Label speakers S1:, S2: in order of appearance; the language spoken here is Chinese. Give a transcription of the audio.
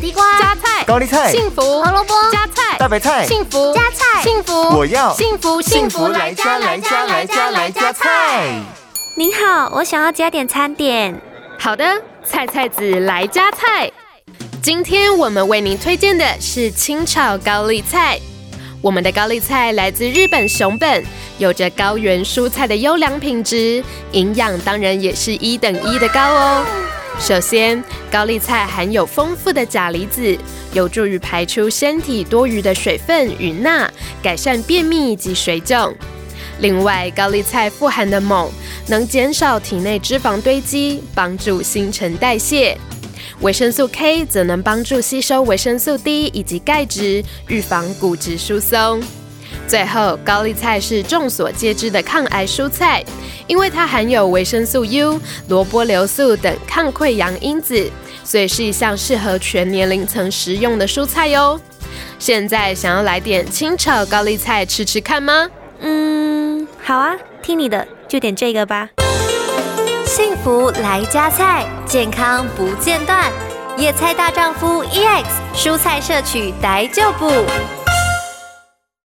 S1: 地瓜、
S2: 加菜、
S3: 高丽菜、
S2: 幸福、
S1: 胡萝卜、
S2: 加菜、
S3: 大白菜、
S2: 幸福、
S1: 加菜
S2: 幸福，
S3: 我要
S2: 幸福
S3: 幸福来家来家来家来家菜。
S4: 您好，我想要加点餐点。
S2: 好的，菜菜子来加菜。今天我们为您推荐的是清炒高丽菜。我们的高丽菜来自日本熊本，有着高原蔬菜的优良品质，营养当然也是一等一的高哦。首先，高丽菜含有丰富的钾离子，有助于排出身体多余的水分与钠，改善便秘及水肿。另外，高丽菜富含的锰能减少体内脂肪堆积，帮助新陈代谢。维生素 K 则能帮助吸收维生素 D 以及钙质，预防骨质疏松。最后，高丽菜是众所皆知的抗癌蔬菜，因为它含有维生素 U、萝卜硫素等抗溃疡因子，所以是一项适合全年龄层食用的蔬菜哟。现在想要来点清炒高丽菜吃吃看吗？
S4: 嗯，好啊，听你的，就点这个吧。
S1: 幸福来加菜，健康
S4: E
S1: 不间断。野菜大丈夫 EX 蔬菜摄取逮就补。